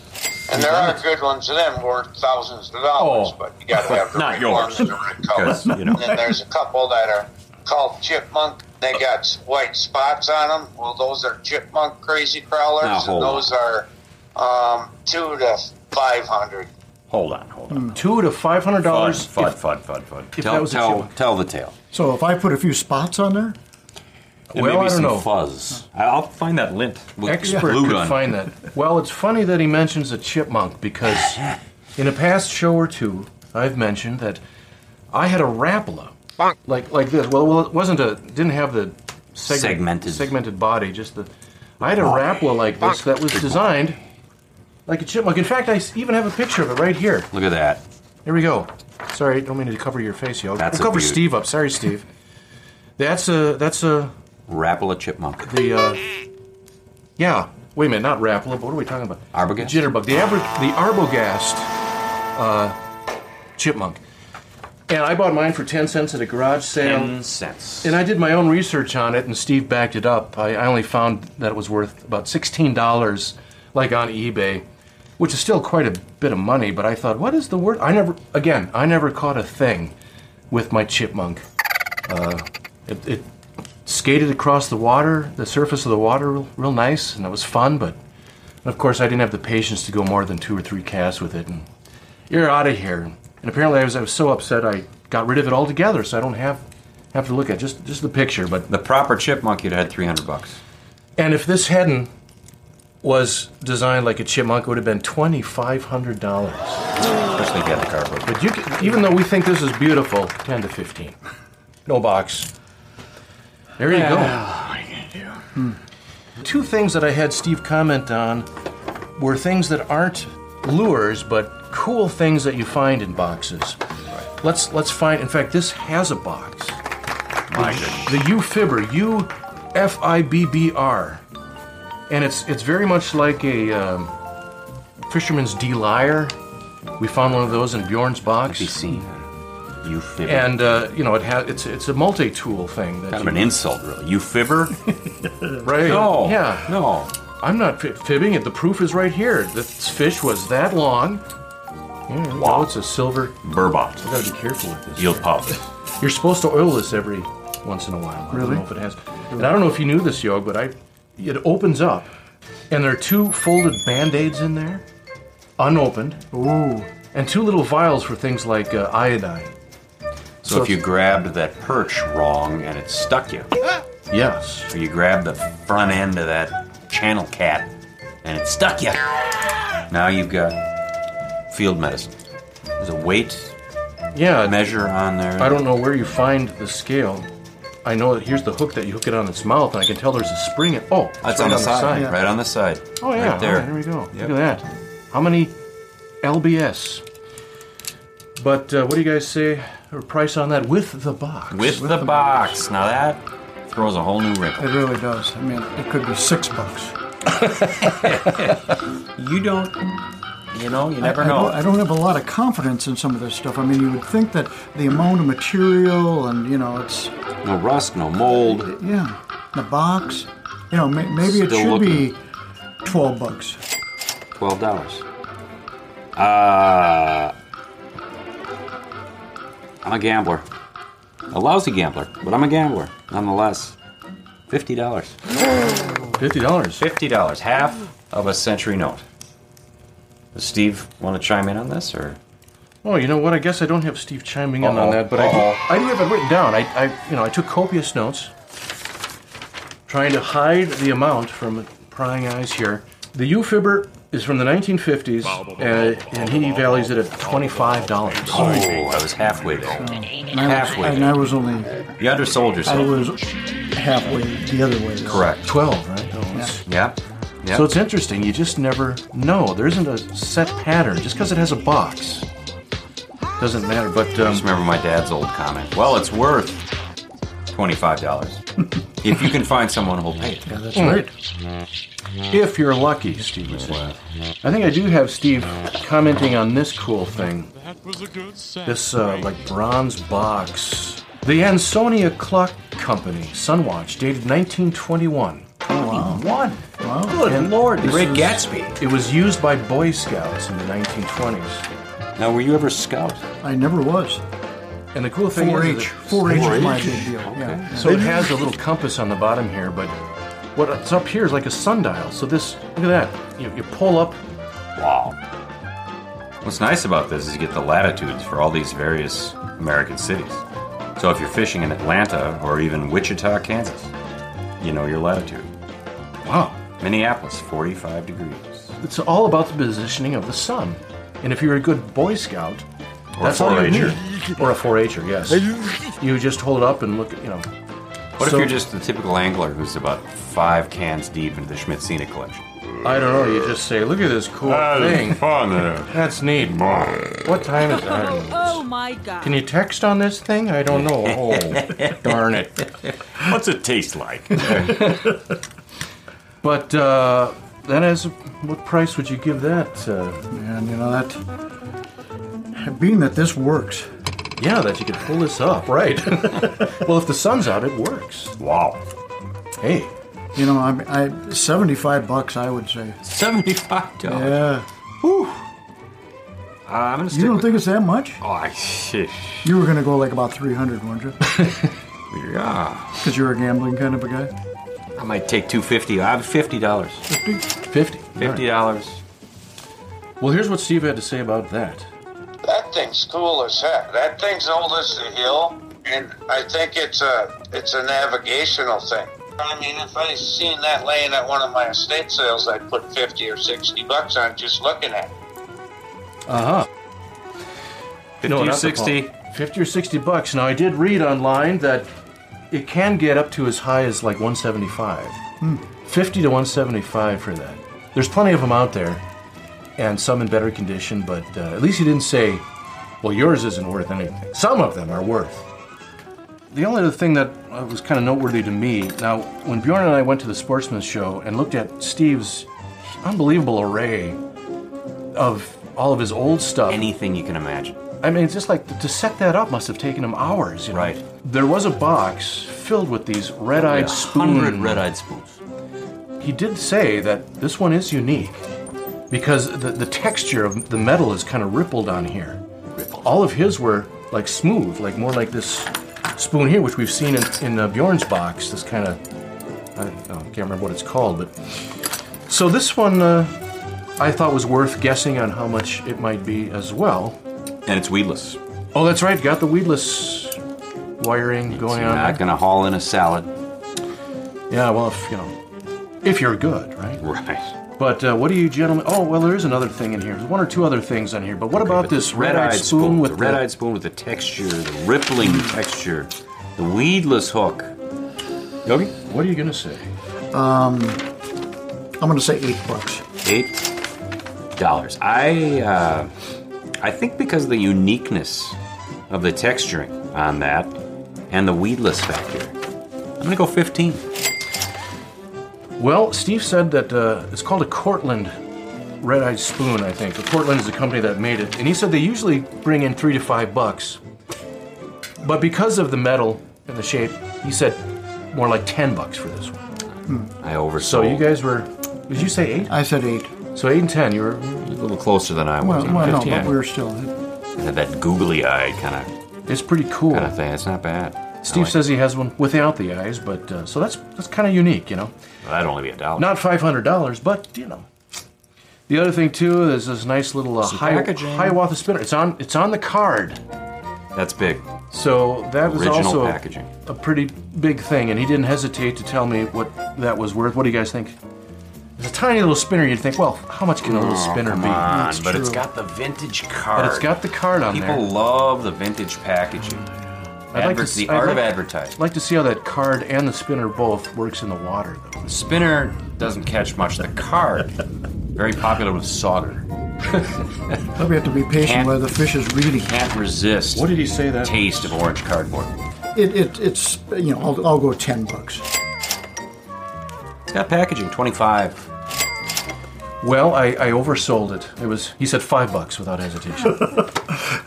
And there are good ones of them worth thousands of dollars,
Oh.
but you got to have the
Not
right
yours.
ones and the right colors.
'Cause, you know.
And then there's a couple that are called chipmunk. They got s- white spots on them. Well, those are chipmunk crazy
Now,
crawlers, and
hold on.
those are um, two to 500.
Hold on, hold on.
Two to five hundred dollars.
Fud,
if-
fud, fud, fud.
Hmm. if
Tell,
that was a
tell,
chipmunk.
tell the tale.
So if I put a few spots on there,
There
Well,
may be
I don't
some
know.
fuzz. I- I'll find that lint. With
Expert
glue
could
gun.
find that. Well, it's funny that he mentions a chipmunk because in a past show or two, I've mentioned that I had a Rapala,
Bonk.
like like this. Well, well, it wasn't a didn't have the segment-
Segmented.
segmented body, just the. I had a Rapala like this that was designed like a chipmunk. In fact, I s- even have a picture of it right here.
Look at that.
Here we go. Sorry, don't mean to cover your face, yo.
That's a
Don't cover
beaut.
Steve up. Sorry, Steve. That's a that's a
Rapala chipmunk.
the uh, yeah. Wait a minute, not Rapala. But what are we talking about?
Arbogast?
Jitterbug. The abro- the Arbogast uh, chipmunk. And I bought mine for ten cents at a garage sale.
Ten cents.
And I did my own research on it, and Steve backed it up. I, I only found that it was worth about sixteen dollars, like on eBay, which is still quite a bit of money. But I thought, what is the word? I never, again, I never caught a thing with my chipmunk. Uh, it, it skated across the water, the surface of the water, real, real nice, and it was fun. But and of course, I didn't have the patience to go more than two or three casts with it, and you're out of here. And apparently, I was, I was so upset, I got rid of it altogether, so I don't have have to look at just just the picture. But
the proper chipmunk, you'd had 300 bucks.
and if this hadn't was designed like a chipmunk, it would have been twenty five hundred dollars.
Especially if you had the cardboard.
But you, can, even though we think this is beautiful, ten to fifteen, no box. There you go. Two things that I had Steve comment on were things that aren't lures, but cool things that you find in boxes. Let's let's find. In fact, this has a box.
My goodness.
the Ufibber, U F I B B R, and it's it's very much like a um, fisherman's delier. We found one of those in Bjorn's box,
Be seen. You fibber.
and uh, you know it has it's it's a multi-tool thing. That
kind of an
you-
insult, really. You fibber?
right?
No.
yeah.
No.
I'm not fi- fibbing it. The proof is right here. This fish was that long. Wow, it's a silver. I
Burbot.
gotta be careful with this.
Yield pop.
You're supposed to oil this every once in a while. I
Really?
don't know if it has. And I don't know if you knew this, Yog, but I, it opens up, and there are two folded band-aids in there, unopened,
ooh,
and two little vials for things like uh, iodine.
So if you grabbed that perch wrong and it stuck you,
Yes.
or you grabbed the front end of that channel cat and it stuck you, now you've got field medicine. There's a weight
Yeah.
measure on there.
I don't know where you find the scale. I know that here's the hook that you hook it on its mouth, and I can tell there's a spring. In, oh, it's
That's
right
on the side,
yeah.
right on the side.
Oh yeah,
right there.
all right, we go.
Yep.
Look at that. How many LBS? But uh, what do you guys say? Or price on that with the box?
With, the, box. Now that throws a whole new
it
wrinkle.
really does. I mean, it could be six bucks.
You don't, you know, you never
I
know.
Don't, I don't have a lot of confidence in some of this stuff. I mean, you would think that the amount of material and you know, it's
no rust, no mold.
yeah, the box. You know, may, maybe it
Still
should
looking.
be twelve bucks.
Twelve dollars. Uh, I'm a gambler. A lousy gambler, but I'm a gambler nonetheless. Fifty dollars.
Fifty dollars.
Fifty dollars. Half of a century note. Does Steve want to chime in on this, or
Oh, you know what? I guess I don't have Steve chiming in
Uh-oh.
on that, but I
Uh-oh.
do, I do have it written down. I, I, you know, I took copious notes, trying to hide the amount from prying eyes here. The Ufibber is from the 1950s, uh, and he values it at twenty-five dollars.
oh, I was halfway there.
And I was,
Halfway.
and I was only
You undersold
Mm-hmm. I
yourself.
was halfway the other way.
Correct.
12, right? Oh, it's-
Yeah. Yeah.
So it's interesting. You just never know. There isn't a set pattern. Just because it has a box doesn't matter. But
I
um,
just remember my dad's old comment. Well, it's worth twenty-five dollars if you can find someone who'll pay it.
Yeah, that's right.
if you're lucky, Steve was saying. I think I do have Steve commenting on this cool thing. This uh, like bronze box. The Ansonia Clock Company, Sunwatch, dated 1921.
One.
Wow.
Good
And
lord, the
this
Great
is-
Gatsby.
It was used by Boy Scouts in the 1920s.
Now, were you ever scout?
I never was.
And the cool thing
4-H.
is,
4-H was my big deal. Yeah.
So it has a little compass on the bottom here, but what's up here is like a sundial. So this, look at that. You, you pull up.
Wow. What's nice about this is you get the latitudes for all these various American cities. So if you're fishing in Atlanta or even Wichita, Kansas, you know your latitude.
Wow.
Minneapolis, 45 degrees.
It's all about the positioning of the sun. And if you're a good Boy Scout,
Or
that's all you
4-H'er.
need. Or a 4-H'er, yes. You just hold it up and look. at You know,
What
So-
if you're just the typical angler who's about five cans deep into the Schmitzina collection?
I don't know. You just say, "Look at this cool
Uh,
thing.
fun there.
That's neat." What time is
Oh,
it?
oh my God.
Can you text on this thing? I don't know. Oh, darn it.
What's it taste like?
But uh, that has. What price would you give that? Uh,
And you know that being that this works,
Yeah, that you could pull this up, right? well, if the sun's out, it works.
wow.
Hey,
you know, I, I 75 bucks I would say.
$75.
Yeah.
Uh, I'm going to stick
You don't
with-
think it's that much?
Oh, I- shish.
You were going to go like about 300, weren't you?
Yeah.
Because you're a gambling kind of a guy.
I might take 250 I have $50.
fifty.
$50.
Well, here's what Steve had to say about that.
That thing's cool as heck. That thing's old as the hill, and I think it's a it's a navigational thing. I mean, if I seen that laying at one of my estate sales, I'd put fifty or sixty bucks on just looking at it.
Uh huh.
50 or 60.
Fifty or sixty bucks. Now, I did read online that it can get up to as high as like one seventy-five. Fifty to one seventy-five for that. There's plenty of them out there, and some in better condition. But uh, at least he didn't say, "Well, yours isn't worth anything." Some of them are worth. The only other thing that uh, was kind of noteworthy to me now, when Bjorn and I went to the Sportsman's Show and looked at Steve's unbelievable array of all of his old stuff,
Anything you can imagine.
I mean, it's just like to set that up must have taken him hours. You know?
Right.
There was a box filled with these red-eyed
A
spoons.
hundred red-eyed spoons.
He did say that this one is unique because the, the texture of the metal is kind of rippled on here. All of his were like smooth, like more like this spoon here, which we've seen in, in uh, Bjorn's box. This kind of I don't know, I can't remember what it's called, but so this one uh, I thought was worth guessing on how much it might be as well.
And it's weedless.
Oh, that's right. Got the weedless wiring going
You're
on.
not going to haul in a salad.
Yeah, well, if you know, if you're good, right?
Right.
But uh, what do you gentlemen? Oh, well, there is another thing in here. There's one or two other things on here. But what about this red-eyed spoon, with
the
the- Mm.
red-eyed spoon with the texture, the rippling texture, the weedless hook. Yogi?
What are you gonna say?
I'm going to say 8 bucks.
Eight dollars. I uh, I think because of the uniqueness of the texturing on that and the weedless factor, I'm gonna go 15.
Well, Steve said that uh, it's called a Cortland red-eyed spoon. I think Cortland is the company that made it, and he said they usually bring in three to five bucks. But because of the metal and the shape, he said more like ten bucks for this one.
I oversold.
So you guys were, did you say eight?
I said 8.
So eight and ten, you were
a little closer than I was.
Well, well no,
15.
but we were still.
Had that googly eye kind of
It's pretty cool.
kind of thing. It's not bad. I
Steve
like
says he has one without the eyes, but uh, so that's that's kind of unique, you know.
it. that'd only be a dollar.
Not five hundred dollars, but you know. The other thing too is this nice little uh,
Some
Hi-
packaging.
Hiawatha spinner. It's on it's on the card,
That's big.
so that was
Original
also a-
packaging.
a pretty big thing. And he didn't hesitate to tell me what that was worth. What do you guys think? It's a tiny little spinner. You'd think, well, how much can a little spinner be?
Oh, On, but it's got the vintage card.
But it's got the card on
People
there.
love the vintage packaging.
I'd like
Adver-
to,
the
I'd
art
like-
of advertising.
like to see how that card and the spinner both works in the water, though.
The spinner doesn't catch much. The card, very popular with Sauger,
Probably have to be patient
Can't-
while the fish is reading.
can't resist
What did he say that?
taste of orange cardboard.
It, it, it's, you know, I'll, I'll go 10 bucks.
It's got packaging, 25.
Well, I, I oversold it. It was he said five bucks without hesitation.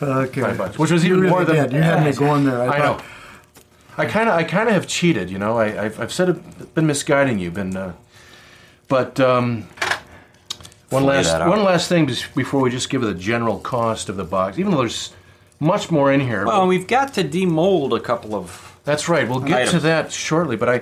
Okay.
Five bucks, which was even
really
more than
did. You had me going there. I
I know.
thought-
I kind of I kind of have cheated, you know. I, I've, I've said it, been misguiding you, been. Uh, but um, one
Figure
last
that out.
one last thing just before we just give the general cost of the box, even though there's much more in here.
Well, we've got to demold a couple of.
That's right. We'll get to
Items.
that shortly. But I,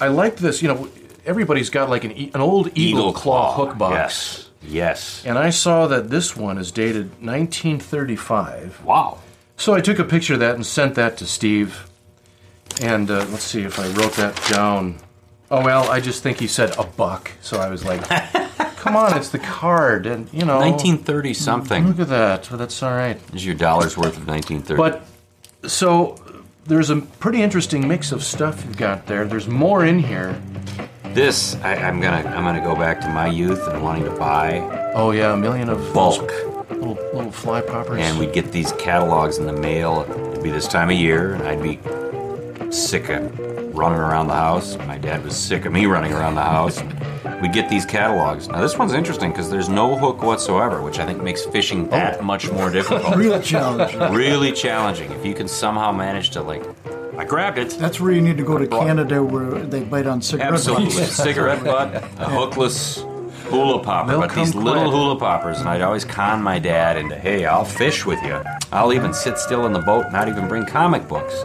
I like this. You know, everybody's got like an e- an old eagle, claw, hook box,
Yes. Yes.
and I saw that this one is dated 1935.
Wow.
So I took a picture of that and sent that to Steve. And uh, let's see if I wrote that down. Oh well, I just think he said a buck. So I was like, "Come on, it's the card." And you know,
1930 something
Look at that. Well, that's all right.
is your dollar's worth of 1930.
But so there's a pretty interesting mix of stuff you've got there. There's more in here.
this, I, I'm gonna, I'm gonna go back to my youth and wanting to buy,
Oh yeah, a million of
bulk,
little little fly poppers.
and we'd get these catalogs in the mail. It'd be this time of year, and I'd be sick of running around the house. My dad was sick of me running around the house. And we'd get these catalogs. Now this one's interesting because there's no hook whatsoever, which I think makes fishing that much more difficult.
Real challenge.
really challenging. If you can somehow manage to like, I grabbed it.
That's where you need to go to Canada where they bite on cigarette
Absolutely.
butts.
Cigarette butt, a hookless hula popper,
They'll
but these
come
little
quick.
hula poppers, and I'd always con my dad into, hey, I'll fish with you. I'll even sit still in the boat, not even bring comic books.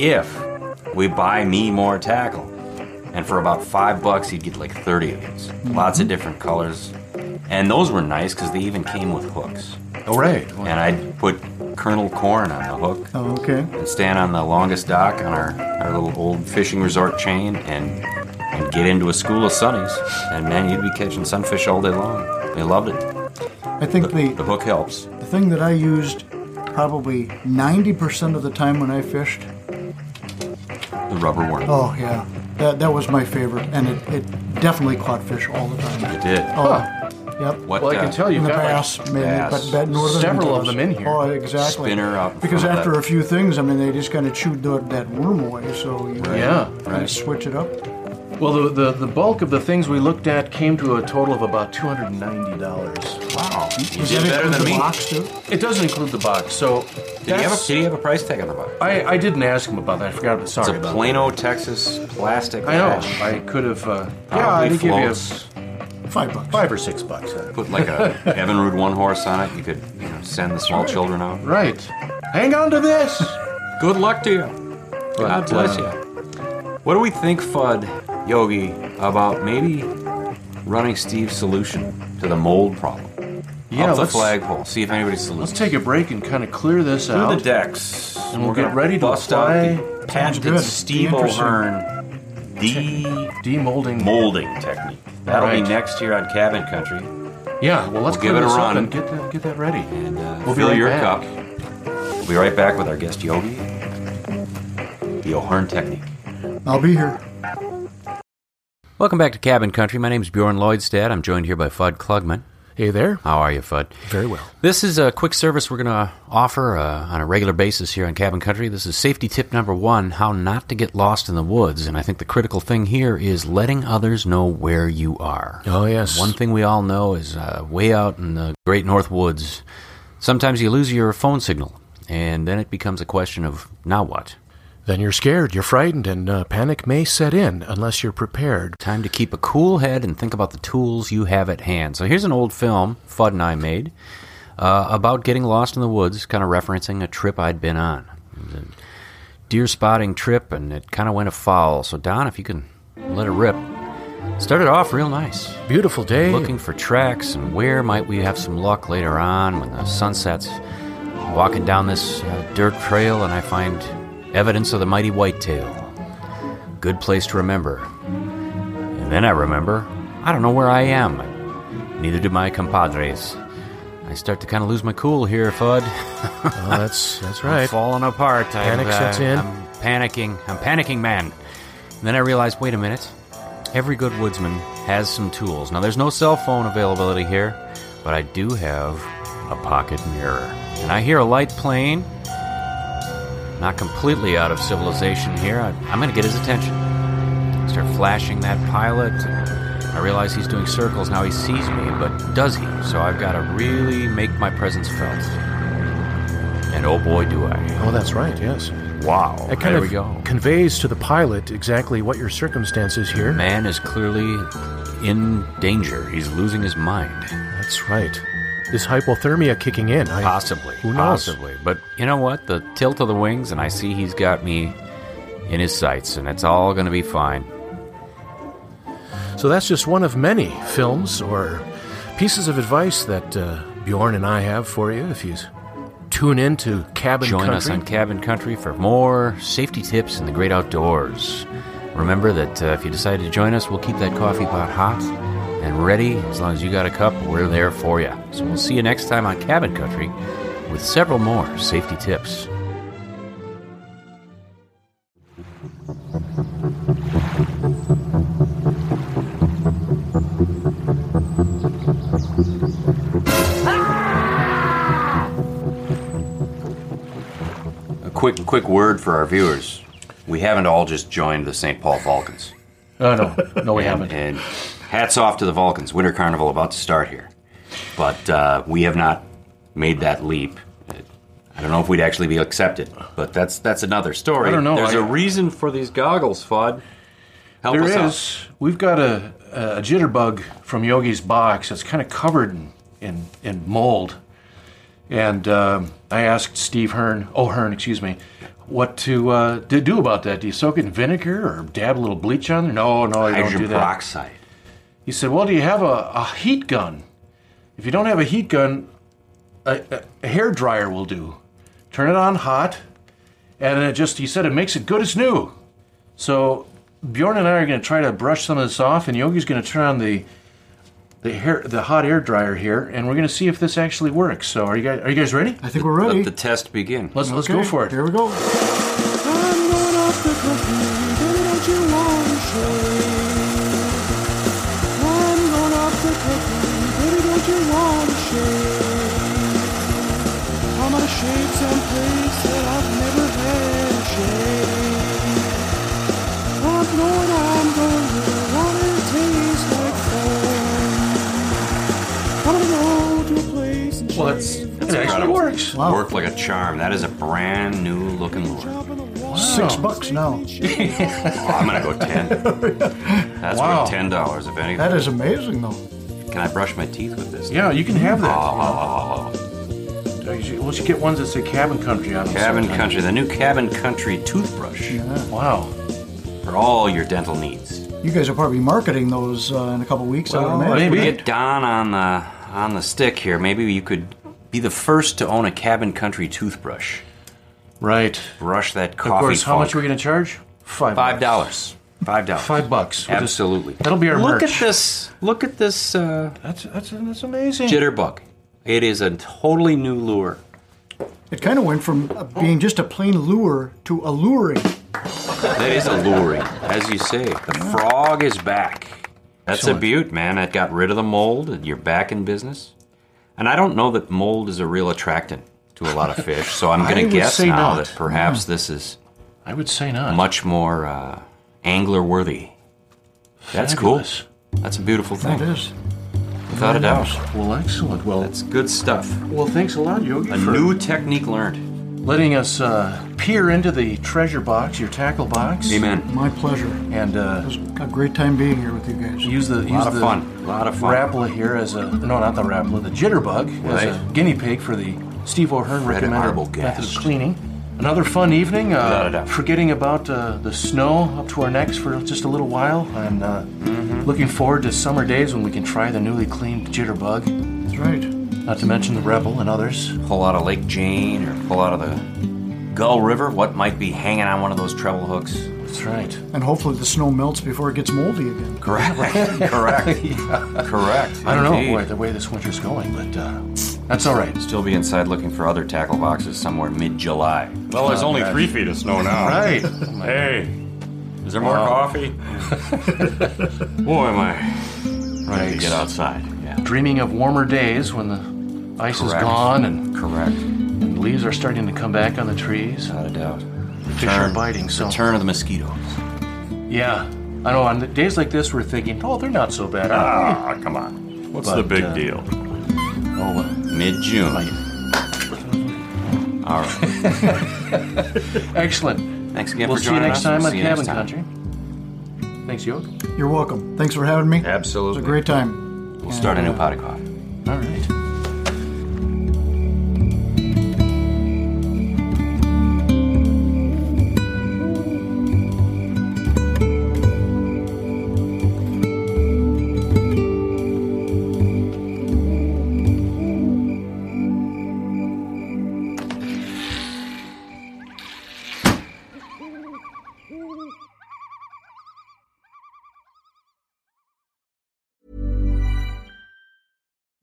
If we buy me more tackle. And for about five bucks, you'd get like 30 of these. Lots of different colors. And those were nice because they even came with hooks.
oh right.
And I'd put Colonel Corn on the hook
Oh, okay.
and stand on the longest dock on our, our little old fishing resort chain and and get into a school of sunnies and man you'd be catching sunfish all day long they loved it
I think
the
the,
hook helps
the thing that I used probably 90% of the time when I fished,
the rubber worm
oh, yeah, that, that was my favorite. And it, it definitely caught fish all the time.
it did
Oh, yep.
what
well, I can
uh,
tell you've
And the
got like-
bass, maybe,
bass.
but that northern
Several of
bass.
them in here.
Oh, exactly.
Spinner out in
Because
front of
after
that.
a few things, I mean, they just kind of chewed that, that worm away, so you
Yeah.
kind of switch it up.
Well, the, the the bulk of the things we looked at came to a total of about two hundred and ninety dollars.
wow you did
Does that
better
include
than
the
me
box, too?
It does include the box, so
did he, have a,
that's-
did he have a price tag on the box
I I didn't ask him about that. I forgot. About, sorry
it's a
about
Plano Texas plastic
that. I know.
patch.
I could have. Uh, yeah, I
Probably
did give you a-
floats.
Five bucks.
five or six bucks. uh, on it.
put like a Evinrude one horse on it you could you know send the small children out
Right. Hang on to this.
Good luck to you. God
But,
bless
uh,
you. What do we think, Fudd Yogi, about maybe running Steve's solution to the mold problem?
Yeah,
Up the
let's
flagpole. See if anybody's
let's
solution.
take a break and kind of clear this
Through
out.
the decks,
and we'll
we're
get
gonna
ready to
bust out
apply-
the
Good.
patented Steve
Be interesting.
O'Hearn
Demolding.
de-molding technique. That'll
Right.
be next year on Cabin Country,
Yeah. Well, let's
We'll
clear
give it a
this up
run.
and get that get that ready.
and uh,
We'll be
fill
right
your cup.
back.
We'll be right back with our guest Yogi, the O'Hearn technique.
I'll be here.
Welcome back to Cabin Country. My name is Bjorn Lloydstad. I'm joined here by Fudd Klugman.
Hey there.
How are you, Fudd?
Very well.
This is a quick service we're going to offer uh, on a regular basis here on Cabin Country. This is safety tip number one how not to get lost in the woods. And I think the critical thing here is letting others know where you are.
Oh, yes.
One thing we all know is uh, way out in the great north woods, sometimes you lose your phone signal. And then it becomes a question of now what?
Then you're scared, you're frightened, and uh, panic may set in unless you're prepared.
Time to keep a cool head and think about the tools you have at hand. So here's an old film Fudd and I made uh, about getting lost in the woods, kind of referencing a trip I'd been on. It was a deer spotting trip, and it kind of went afoul. So Don, if you can let it rip. Started off real nice,
Beautiful day.
looking for tracks and where might we have some luck later on when the sun sets. Walking down this uh, dirt trail, and I find evidence of the mighty whitetail. Good place to remember. And then I remember, I don't know where I am. Neither do my compadres. I start to kind of lose my cool here, Fudd.
Oh, that's that's
I'm
right.
falling apart.
Panic
I'm,
sets in.
I'm panicking. I'm panicking, man. And then I realized, wait a minute. Every good woodsman has some tools. Now, there's no cell phone availability here, but I do have a pocket mirror. And I hear a light plane. Not completely out of civilization here. I, I'm going to get his attention. Start flashing that pilot. I realize he's doing circles. Now he sees me, but does he? So I've got to really make my presence felt. And oh boy, do I.
Oh, that's right. Yes.
Wow.
That kind
there
of
we go.
conveys to the pilot exactly what your circumstances here.
Man is clearly in danger. He's losing his mind.
That's right. This hypothermia kicking in. I,
Possibly.
Who knows?
Possibly. But you know what? The tilt of the wings, and I see he's got me in his sights, and it's all going to be fine.
So that's just one of many films or pieces of advice that uh, Bjorn and I have for you. If you tune in to Cabin
Join
Country,
us on Cabin Country for more safety tips in the great outdoors. Remember that uh, if you decide to join us, we'll keep that coffee pot hot and ready. As long as you got a cup, we're there for you. So we'll see you next time on Cabin Country with several more safety tips. A quick, quick word for our viewers. We haven't all just joined the St. Paul Vulcans. oh,
Uh, no, no, we
and,
haven't.
and hats off to the Vulcans. Winter Carnival about to start here. But uh, we have not made that leap. I don't know if we'd actually be accepted, but that's that's another story.
I don't know.
There's
I-
a reason for these goggles, Fudd. Help
There
us out.
is. We've got a, a jitterbug from Yogi's box that's kind of covered in, in, in mold. And um, I asked Steve Hearn, oh, Hearn, excuse me, what to, uh, to do about that. Do you soak it in vinegar or dab a little bleach on there? No, no, I don't
Hydrogen
do that.
peroxide.
He said, well, do you have a, a heat gun? If you don't have a heat gun, a, a, a hair dryer will do. Turn it on hot, and it just, he said, it makes it good as new. So Bjorn and I are going to try to brush some of this off, and Yogi's going to turn on the the hair, the hot air dryer here, and we're going to see if this actually works. So are you guys are you guys ready?
I think we're ready.
Let the test begin.
Let's let's go
Okay,
for it.
Here we go. Well, that's
It actually
Incredible.
works.
Wow.
Worked like a charm. That is a brand new looking lure.
six bucks now.
Oh, I'm gonna go ten. That's
Wow.
worth ten dollars if anything.
That is amazing, though.
Can I brush my teeth with this?
Yeah, you can have
Oh,
that. Uh,
oh, oh, oh,
You should- Let's get ones that say Cabin Country on
oh.
them.
Cabin
sometime.
Country, the new Cabin Country toothbrush.
Wow.
for all your dental needs.
You guys will probably be marketing those uh, in a couple weeks. I would imagine.
if we
Oh, maybe.
get Don on the on the stick here, maybe you could be the first to own a Cabin Country toothbrush.
Right.
Brush that coffee.
of course, how
funk.
much are we going to charge? Five.
Five
bucks.
dollars. Five dollars.
Five bucks. We'll just-
Absolutely.
that'll be our
Look
merch.
at this. Look at this uh,
That's that's that's amazing.
jitterbug. It is a totally new lure.
It kind of went from uh, being just a plain lure to alluring.
That is alluring, as you say. The frog is back. That's a beaut, man. That got rid of the mold, and you're back in business. And I don't know that mold is a real attractant to a lot of fish, so I'm
I
going
would
to guess
say
now
not.
that perhaps this is
I would say not.
much more uh, angler worthy. That's
Fabulous.
cool. That's a beautiful
That
thing,
is.
without a doubt.
Well, excellent. Well,
That's good stuff.
well, thanks a lot, Yogi.
A
for-
new technique learned.
letting us uh, peer into the treasure box, your tackle box,
Amen.
My pleasure.
and
It
uh,
was a great time being here with you guys.
use the use
lot of
the
fun. Lot of fun.
Rapala here as a no, not the Rapala, the jitterbug as a
Right.
guinea pig for the Steve O'Hearn
Fred
recommended method
Arbogast.
of cleaning. Another fun evening.
Without a
Uh,
doubt.
forgetting about uh, the snow up to our necks for just a little while, and uh,
Mm-hmm.
looking forward to summer days when we can try the newly cleaned jitterbug.
That's right.
Not to mention the Rebel and others.
pull out of Lake Jane or pull out of the Gull River, what might be hanging on one of those treble hooks.
That's right.
And hopefully the snow melts before it gets moldy again.
Correct. Correct. Correct.
I don't know
Indeed.
boy, the way this winter's going, but uh, That's all right.
Still be inside looking for other tackle boxes somewhere mid July.
Well, there's only three feet of snow now.
Right.
Hey, is there more
Wow.
coffee? Boy, am I.
To
Right.
get outside. Yeah.
Dreaming of warmer days when the ice is
Correct.
gone and
Correct.
and leaves are starting to come back on the trees.
Not a doubt.
Fish are biting, so-
Return of the mosquitoes.
Yeah. I know on the days like this, we're thinking, oh, they're not so bad.
Ah, come on. What's the
But,
big
uh,
deal?
Oh, uh,
Mid June. All right.
excellent.
Thanks again
we'll
for
see you
joining
next
us.
time
We'll
on
see you next
Cabin
time.
Country. Thanks, Yoke.
You're welcome. Thanks for having me. It was
Absolutely.
a great time.
We'll start a new pot of coffee.
All right.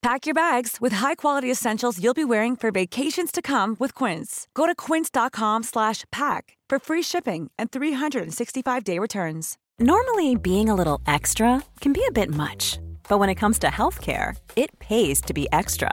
Pack your bags with high-quality essentials you'll be wearing for vacations to come with Quince. Go to quince.com/pack for free shipping and 365-day returns.
Normally, being a little extra can be a bit much, but when it comes to healthcare, it pays to be extra.